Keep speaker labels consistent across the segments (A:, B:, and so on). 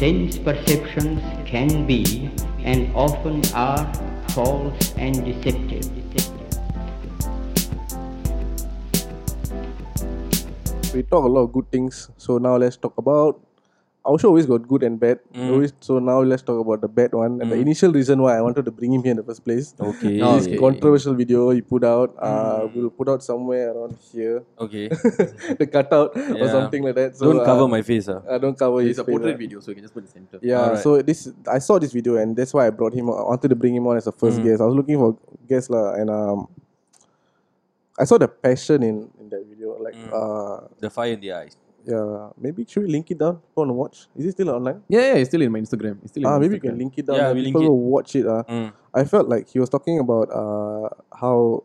A: Sense perceptions can be and often are false and deceptive.
B: we talk a lot of good things. So now let's talk about. Our show always got good and bad.
C: Mm.
B: Always, so now let's talk about the bad one and the initial reason why I wanted to bring him here in the first place.
C: Okay. Mm.
B: This controversial video he put out. Uh, we'll put out somewhere around here,
C: Okay.
B: the cutout or
C: Yeah.
B: something like that. So,
C: Don't
B: uh,
C: cover my face, ah.
B: I don't cover his
D: It's a
B: face,
D: portrait
B: uh.
D: video, so you can just put the center.
B: Yeah,
C: Alright.
B: so this I saw this video and that's why I brought him. I wanted to bring him on as a first
C: Mm.
B: guest. I was looking for guest lah, and um, I saw the passion in, in that video. Like
C: Mm.
B: uh,
C: The fire in the eyes.
B: yeah, maybe should we link it down? Go and watch. Is it still online?
D: yeah, yeah, it's still in my Instagram. It's still in
B: Ah,
D: my
B: maybe you
D: Instagram.
B: can link it down.
C: Yeah,
B: Yeah,
C: we link
B: people
C: it.
B: will watch it. Uh.
C: Mm.
B: I felt like he was talking about uh, how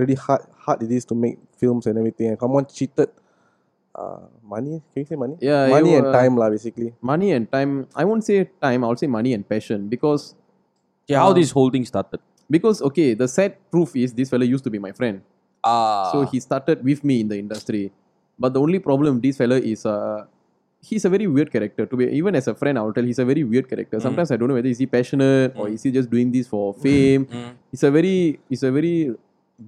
B: really hard hard it is to make films and everything, and someone cheated uh, money. Can you say money?
D: Yeah,
B: money
D: you,
B: and
D: uh,
B: time, lah, basically.
D: Money and time. I won't say time. I'll say money and passion because
C: Okay, how this whole thing started?
D: because okay, the sad proof is this fella used to be my friend.
C: Ah.
D: So he started with me in the industry. But the only problem with this fella is uh, he's a very weird character. To be even as a friend, I'll tell he's a very weird character. Sometimes I don't know whether is he passionate or is he just doing this for fame.
C: Hmm.
D: It's a very it's a very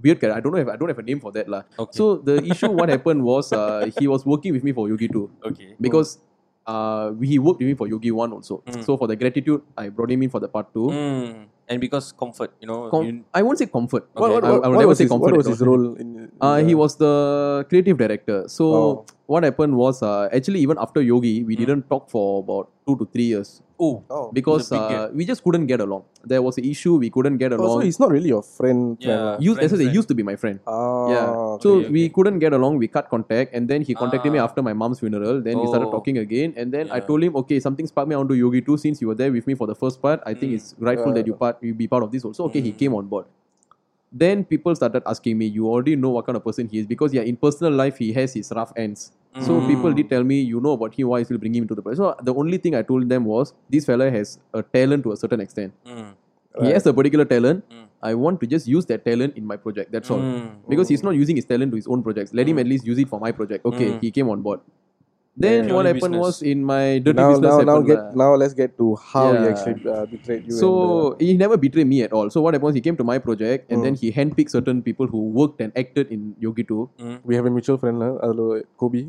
D: weird character. I don't know if I don't have a name for that lah.
C: Okay.
D: So the issue what happened was uh, he was working with me for Yogi too
C: okay.
D: because uh, we- he worked with me for Yogi one also.
C: Hmm.
D: So for the gratitude, I brought him in for the part two.
C: Mm. And because comfort, you know.
D: Com-
C: you-
D: I won't say comfort.
C: What-
D: I- I, will
B: what
D: never
B: was
D: say
B: his,
D: comfort.
B: what was
D: at
B: his
D: all.
B: role? In, in
D: Uh,
B: the-
D: he was the creative director. So
B: Oh.
D: what happened was uh, actually even after Yogi,
C: Hmm.
D: we didn't talk for about two to three years
C: oh.
B: Oh,
D: because
C: It's a big
D: uh,
C: gap.
D: we just couldn't get along. There was an issue we couldn't get
B: oh, so
D: along.
B: he's not really your friend.
C: Yeah.
D: Used- that's why
C: friend,
D: they
C: friend.
D: used to be my friend.
B: Ah,
D: yeah.
B: okay.
D: so
C: okay,
D: we
C: okay.
D: couldn't get along. We cut contact, and then he contacted me
C: Ah.
D: after my mom's funeral. Then we started
C: Oh.
D: talking again, and then I
C: Yeah.
D: told him, okay, something sparked me onto Yogi too. Since you were there with me for the first part, I think
C: Mm.
D: it's rightful that you part you be part of this also. Okay,
C: Hmm.
D: he came on board. Then people started asking me, you already know what kind of person he is because yeah, in personal life he has his rough ends.
C: Hmm.
D: So people did tell me, you know about him, why you still bring him into the project. So the only thing I told them was, this fella has a talent to a certain extent.
C: Mm.
D: He has a particular talent.
C: Mm.
D: I want to just use that talent in my project. That's all
C: Mm.
D: because he's not using his talent to his own projects. Let
C: Hmm.
D: him at least use it for my project. Okay,
C: Mm.
D: he came on board. Then
C: Purely
D: what happened
C: business.
D: was in my dirty
B: now,
D: business
B: now, now,
D: happened.
B: get,
D: lah.
B: now let's get to how he
D: Yeah.
B: actually uh, betrayed you.
D: so he never betrayed me at all. So what happened was he came to my project and then
B: Hmm.
D: he handpicked certain people who worked and acted in Yogi 2.
C: Hmm.
B: and, uh, we have a mutual friend, lah, uh, Kobe.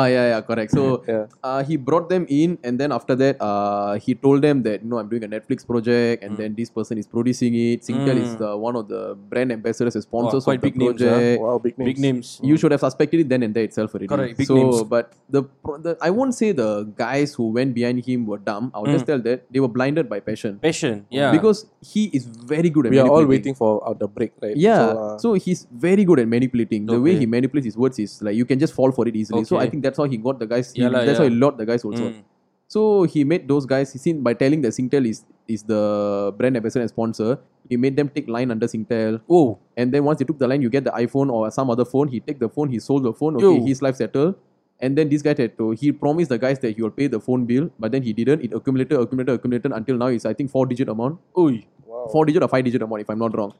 D: Ah yeah yeah correct.
C: Hmm.
D: So
B: Yeah.
D: uh, he brought them in and then after that uh, he told them that you know I'm doing a Netflix project
C: Hmm.
D: and then this person is producing it. Singtel is
C: Mm.
D: the one of the brand ambassadors and sponsors
C: Oh, quite
D: of the
C: big names, huh?
D: project.
B: Wow, big names.
C: Big names.
D: you should have suspected it then and there itself already.
C: Correct, big
D: so,
C: names.
D: but the, pro- the I won't say the guys who went behind him were dumb. I'll just tell that they were blinded by passion
C: Passion. Mm. Yeah.
D: because he is very good at.
B: We are all
D: manipulating.
B: waiting for uh, the break, right?
D: Yeah,
B: So,
D: so,
B: uh,
D: he's very good at manipulating. The way
C: Okay.
D: he manipulates his words is like you can just fall for it easily. So I
C: Okay.
D: think that's how he got the guys.
C: Yeah
D: he,
C: lah,
D: that's
C: yeah.
D: how he lot the guys also.
C: Mm.
D: So he made those guys. He seen by telling that Singtel is is the brand ambassador and sponsor. He made them take line under Singtel.
C: Oh.
D: And then once he took the line, you get the iPhone or some other phone. He take the phone, he sold the phone.
C: Yo.
D: Okay, his life settled. And then this guy had to, he promised the guys that he will pay the phone bill, but then he didn't. It accumulated, accumulated, accumulated until now it's I think four digit amount,
C: Oi.
B: wow.
D: four digit or five digit amount if I'm not wrong.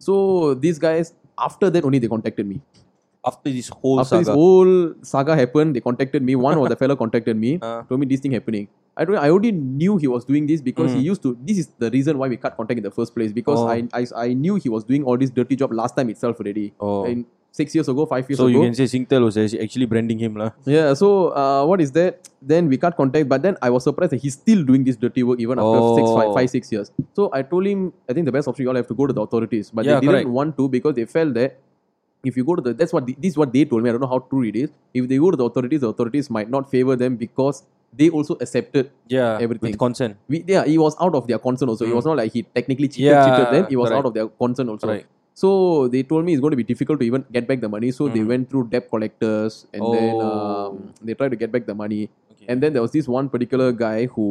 D: So these guys after that only they contacted me.
C: After this whole
D: after
C: saga.
D: this whole saga happened, they contacted me. One of the fellow contacted me,
C: Uh.
D: told me this thing happening. I don't. I already knew he was doing this because he used to. This is the reason why we cut contact in the first place because
C: Mm. Oh.
D: I, I I knew he was doing all this dirty job last time itself already.
C: Oh.
D: In six years ago, five years
C: so
D: ago.
C: you can say Singtel was actually branding him, lah.
D: yeah. So uh, what is that? Then we cut contact, but then I was surprised that he's still doing this dirty work even after six,
C: Oh.
D: five, five, six years. So I told him, I think the best option you all have to go to the authorities, but
C: Yeah,
D: they didn't
C: correct.
D: want to because they felt that if you go to the that's what the, this is what they told me. I don't know how true it is. If they go to the authorities, the authorities might not favor them because they also accepted.
C: Yeah.
D: Everything.
C: With consent.
D: We, yeah, he was out of their concern also. It
C: Mm.
D: was not like he technically cheated,
C: Yeah,
D: cheated them. He was
C: correct.
D: out of their concern also.
C: Right.
D: So they told me it's going to be difficult to even get back the money. So they went through debt collectors and then um, they tried to get back the money.
C: Okay.
D: And then there was this one particular guy who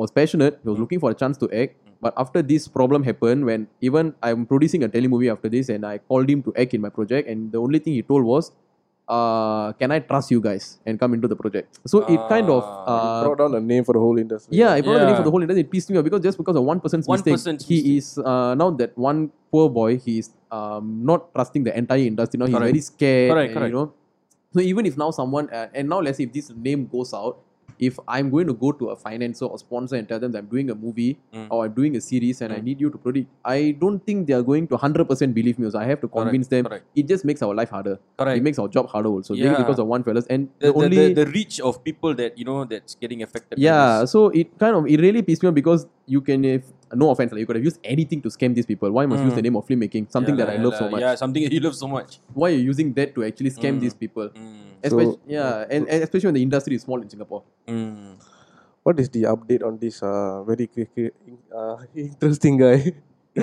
D: was passionate. He was looking for a chance to act. But after this problem happened, when even I'm producing a telemovie after this, and I called him to act in my project, and the only thing he told was, uh, "Can I trust you guys and come into the project?" So it kind of
C: Ah.
D: uh,
B: brought down a name for the whole industry.
D: yeah, I brought the name
C: Yeah.
D: for the whole industry. It pissed me off because just because of one person's
C: One
D: mistake,
C: person's
D: he
C: mistake.
D: is uh, now that one poor boy. He is um, not trusting the entire industry. Now he's
C: Correct.
D: very scared.
C: Correct,
D: and, You know, so even if now someone uh, and now let's say if this name goes out, if I'm going to go to a financer or sponsor and tell them that I'm doing a movie
C: Mm.
D: or I'm doing a series and I
C: Mm.
D: need you to produce, I don't think they are going to 100% believe me. So I have to
C: Correct,
D: convince them.
C: correct.
D: It just makes our life harder.
C: Correct.
D: It makes our job harder also. Maybe
C: Yeah.
D: because of one fellas. And
C: the,
D: the,
C: the,
D: only
C: the, the reach of people that you know that's getting affected. by
D: yeah,
C: this.
D: so it kind of it really pissed me off because you can if no offense, like you could have used anything to scam these people. Why must you use
C: Mm.
D: the name of filmmaking? Something
C: Yeah
D: that
C: lah,
D: I love
C: yeah
D: so
C: lah.
D: much.
C: Yeah, something that you love so much.
D: Why are you using that to actually scam
C: Mm.
D: these people?
C: Mm.
D: Especially,
B: So- uh,
D: yeah, and, and especially when the industry is small in Singapore.
C: Mm.
B: What is the update on this uh, very cri- cri- uh, interesting guy?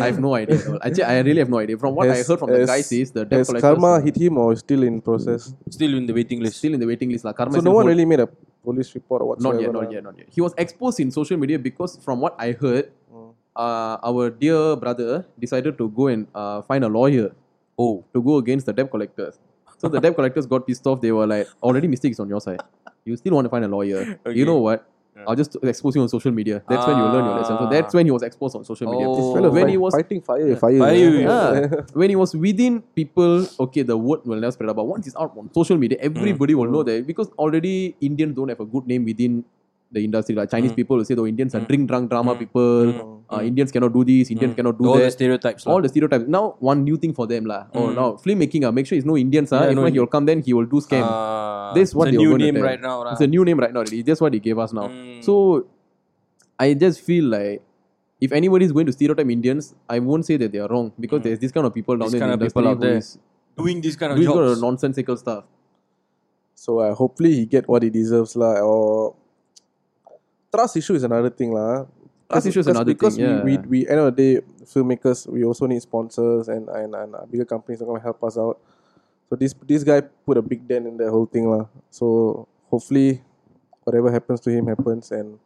D: I have no idea. at all. Actually, I really have no idea. From what
B: Has-
D: I heard from the
B: has-
D: guy says, the debt
B: Has
D: collectors
B: karma
D: uh,
B: hit him or still in process?
C: Still in the waiting list.
D: still in the waiting list. lah. Karma
B: So
D: is
B: no
D: in
B: one
D: hold.
B: really made a police report or whatsoever.
D: Not yet, not
B: lah.
D: yet, not yet. He was exposed in social media because, from what I heard,
B: Mm.
D: uh, our dear brother decided to go and uh, find a lawyer. Oh, to go against the debt collectors. So the debt collectors got pissed off. They were like, "Already mistakes on your side. You still want to find a lawyer?
C: Okay.
D: You know what?
C: Yeah.
D: I'll just expose you on social media. That's when you learn your lesson." So
C: Ah.
D: that's when he was exposed on social media.
C: This
B: Fellow
D: when
B: fight-
D: he was
B: fighting fire, with fire.
C: Fire
B: yeah.
C: with-
D: Yeah. when he was within people, okay, the word will never spread out. But once it's out on social media, everybody will
C: Mm.
D: know that because already Indians don't have a good name within the industry. Like Chinese
C: Mm.
D: people will say, "Oh, Indians are
C: Mm.
D: drink drunk drama
C: Mm.
D: people.
C: Mm.
D: Uh, Indians cannot do this. Indians
C: Mm.
D: cannot do
C: all the
D: that."
C: stereotypes. lah.
D: all the stereotypes. Now one new thing for them, lah. Oh,
C: Mm.
D: now filmmaking, ah, make sure it's no Indians, ah.
C: Yeah,
D: if
C: no
D: not,
C: Indi-
D: he will come then he will do scam.
C: Ah,
D: This is what
C: it's a
D: they were
C: new
D: gonna
C: name
D: tell.
C: right now. lah.
D: it's a new name right now. already. That's what he gave us now.
C: Mm.
D: So I just feel like if anybody is going to stereotype Indians, I won't say that they are wrong because
C: Mm.
D: there's this kind of people down
C: This
D: there in
C: kind
D: the
C: of people out
D: industry who
C: there.
D: is
C: doing this kind of
D: doing all the
C: jobs.
D: nonsensical stuff.
B: So uh, hopefully he get what he deserves lah. Or trust issue is another thing lah.
D: Trust issue is
B: Because-
D: another
B: because
D: thing, yeah.
B: we, we, we end of the day filmmakers we also need sponsors and and, and uh, bigger companies are gonna help us out. So this this guy put a big dent in the whole thing lah. So hopefully whatever happens to him happens. And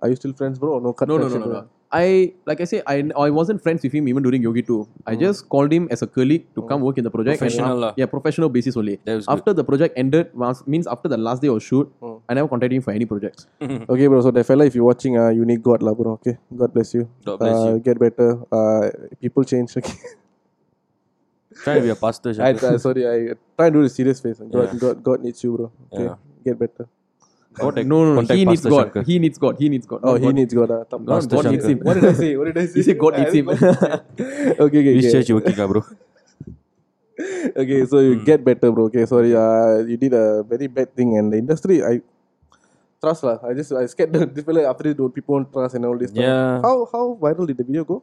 B: are you still friends, bro? Or no, cut
D: No, no, no,
B: friendship,
D: no,
B: bro?
D: no. I like I say I I wasn't friends with him even during Yogi too. I just called him as a colleague to come work in the project. and
C: Hmm. Oh. Professional
D: af-
C: lah.
D: yeah, professional basis only.
C: That was good.
D: After the project ended was- means after the last day of shoot,
B: Mm.
D: I never contacted him for any projects.
B: Okay, bro. So that fella, if you're watching, uh, you need God lah, bro. Okay, God bless you.
C: God bless
B: uh,
C: you.
B: Get better. Uh, people change. Okay.
C: Try to be a pastor.
B: I,
C: Shankar.
B: I sorry, I try and do the serious face. God,
C: Yeah.
B: God, God needs you, bro. Okay,
C: Yeah.
B: get better.
C: Contact-
D: No, no, no.
C: contact
D: He needs
C: Pastor
D: God.
C: Shankar.
D: He needs God. He needs God.
B: Oh,
D: Not
B: he
D: God.
B: needs God. Uh, top
D: God,
C: Pastor
D: God needs
C: Shankar.
D: him.
B: What did I say? What did I say?
D: He said God needs him.
B: okay, okay,
C: This
B: okay.
C: church you working, ah, bro.
B: okay. So you get better, bro. Okay, sorry. Uh, you did a very bad thing, and the industry, I trust lah. I just I scared that this fella after this, don't people won't trust and all this. Stuff.
C: Yeah.
B: How how viral did the video go?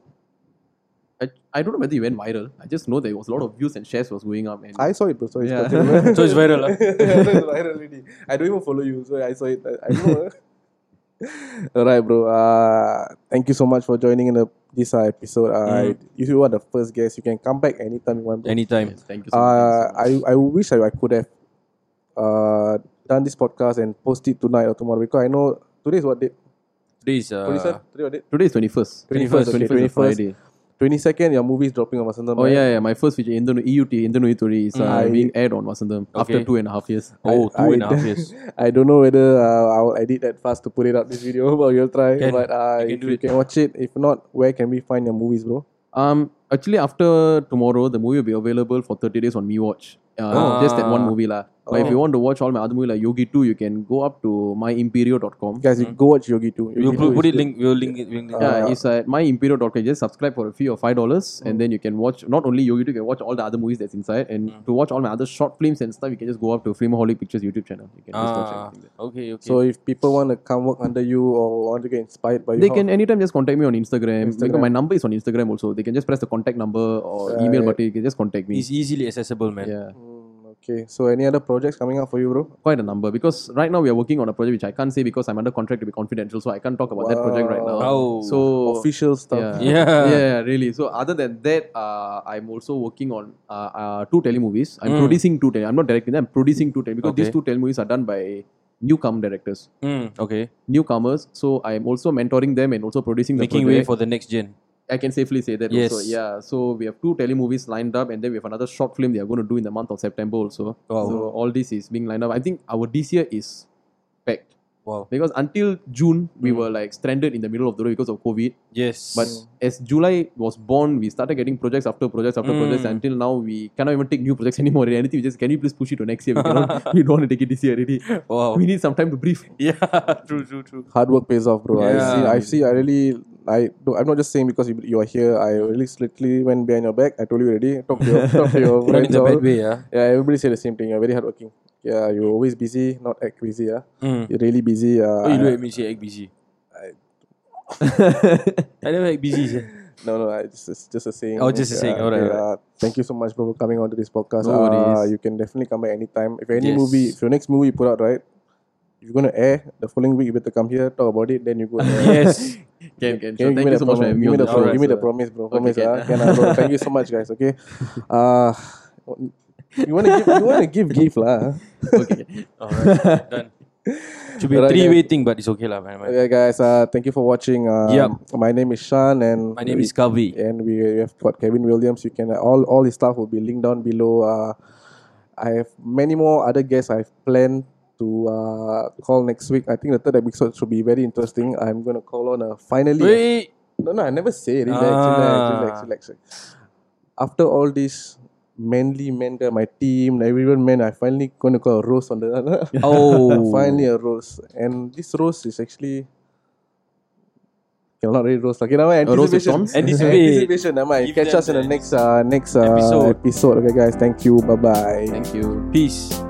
D: I, I don't know whether he went viral. I just know there was a lot of views and shares was going up. And
B: I saw it, bro. So it's
D: Yeah.
B: yeah.
C: So it's viral. ah. lah.
B: viral already. I don't even follow you, so I saw it. I, I know. Alright, bro. Uh, thank you so much for joining in the, this uh, episode. Uh, If you are the first guest, you can come back anytime you want. bro.
C: Mm-hmm. Anytime.
D: Yes, thank you so
B: uh,
D: much. Thank you so much.
B: I I wish I, I could have uh, done this podcast and post it tonight or tomorrow because I know today's what date.
C: Today is
B: Twenty
C: uh,
B: second. Today what date?
D: Today is 21st.
B: 21st, okay,
D: 21st,
B: 21st.
D: is Friday.
B: Twenty second. Your movie is dropping on Vasantham.
D: Oh,
B: right?
D: yeah, yeah. My first feature, E Indanu EUT, Indanu Ituri, is uh,
B: Mm.
D: being aired on Vasantham after
C: Okay.
D: two and a half years.
B: I-
C: oh two and a half years.
B: I don't know whether uh, I'll edit that fast to put it up this video, but we'll try.
C: Can.
B: but uh,
C: You can
B: if
C: do
B: you
C: it.
B: can watch it. If not, where can we find your movies, bro?
D: Um, actually, after tomorrow, the movie will be available for 30 days on Me Watch. Uh,
C: Oh.
D: Just that one movie. lah. But if
B: Oh.
D: you want to watch all my other movies like Yogi 2, you can go up to myimperio.com.
B: Guys, you go watch Yogi too.
C: Hmm. We'll
B: Yogi
C: put,
B: 2
C: put
B: is
C: it
B: good.
C: link. We'll link it. We'll link it.
D: Yeah,
B: Uh,
D: it's at myimperio.com. Just subscribe for a fee of five dollars, and then you can watch not only Yogi, you can watch all the other movies that's inside, and to watch all my other short films and stuff, you can just go up to Filmaholic Pictures YouTube channel. You can just watch
C: Ah,
D: everything there.
C: okay, okay.
B: So if people want to come work under you or want to get inspired by you,
D: They
B: how-
D: can anytime just contact me on Instagram, because
B: Instagram.
D: my number is on Instagram also. They can just press the contact number or email
B: Right.
D: button. You can just contact me.
C: it's easily accessible, man.
D: Yeah,
B: Mm, okay. So any other projects coming up for you, bro?
D: quite a number because right now we are working on a project which I can't say because I'm under contract to be confidential, so I can't talk about that project right now.
C: Wow.
D: So
B: Official stuff.
D: yeah.
C: Yeah.
D: yeah, really. So other than that, uh, I'm also working on uh, uh, two telemovies. I'm
C: Mm.
D: producing two tele. I'm not directing them. I'm producing two tele because these
C: Okay.
D: two telemovies are done by newcomer directors,
C: Mm, okay.
D: newcomers. So I'm also mentoring them and also producing the
C: Making way
D: project.
C: for the next gen.
D: I can safely say that.
C: Yes.
D: Also. Yeah. So we have two telemovies lined up, and then we have another short film they are going to do in the month of September also.
C: Wow.
D: So all this is being lined up. I think our this year is packed.
C: Wow.
D: Because until June, we
C: Hmm.
D: were like stranded in the middle of the road because of COVID.
C: Yes.
D: But as July was born, we started getting projects after projects after projects
C: Mm.
D: until now we cannot even take new projects anymore. In reality, we just can you please push it to next year? We, cannot, we don't want to take it this year already.
C: wow.
D: We need some time to breathe.
C: Yeah. True. True. True.
B: hard work pays off, bro.
C: Yeah.
B: I see. I see. I really. I. no, I'm not just saying because you, you are here. I really strictly went behind your back. I told you already. Talk to your talk to your
C: Not in
B: friends.
C: the
B: all.
C: bad way. Yeah.
B: Yeah, everybody say the same thing. You're very hardworking. Yeah, you're always busy, not act busy. Yeah,
C: Mm.
B: you're really busy. Uh,
C: Oh, you look at me say egg busy. I never egg busy. sir.
B: No, no, I just it's just a saying.
C: Oh, just a saying. Alright,
B: Uh, thank you so much, bro, for coming on to this podcast.
D: No
B: uh,
D: worries.
B: you can definitely come back anytime. If any
C: Yes.
B: movie, if your next movie you put out, right? If you're gonna air the following week, you better come here, talk about it, then you go. there.
C: yes.
D: Can, can.
B: Can
D: So
B: you give
D: thank
B: me
D: you
B: the
D: so much for
B: promo?
D: having me
B: Give me the
D: on the
C: pro-
D: show.
B: promise. Give me
C: Alright,
B: the
C: sir.
B: promise, bro. Promise,
D: can.
B: ah. Can ah, bro. Thank you so much, guys. Okay. Uh, you wanna give? You wanna give gift, lah?
D: Okay.
C: Alright. Done. Should be a
B: Alright, guys.
C: three-way thing, but it's okay lah. man, man.
B: Okay, guys. Uh, thank you for watching. Um,
C: Yep.
B: My name is Sean, and
C: My name is Kavi.
B: and we we have got Kevin Williams. You can all all his stuff will be linked down below. Uh, I have many more other guests I've planned to uh, call next week. I think the third episode should be very interesting. I'm gonna call on a finally.
C: Wait.
B: No, no, I never say. Relax,
C: Ah.
B: relax, relax, relax. After all this manly men, there, my team, everyone men, I finally gonna call a rose on the.
C: Oh.
B: finally a rose, and this rose is actually. Okay, not really rose. Okay, now
D: A rose with
B: anticipation.
D: thorns?
C: Anticipate.
B: anticipation. Never mind.
C: Give
B: Catch
C: them
B: us in the
C: the
B: next uh, next uh,
C: episode.
B: episode. Okay, guys. Thank you. Bye bye.
D: Thank
C: Oh.
D: you.
C: Peace.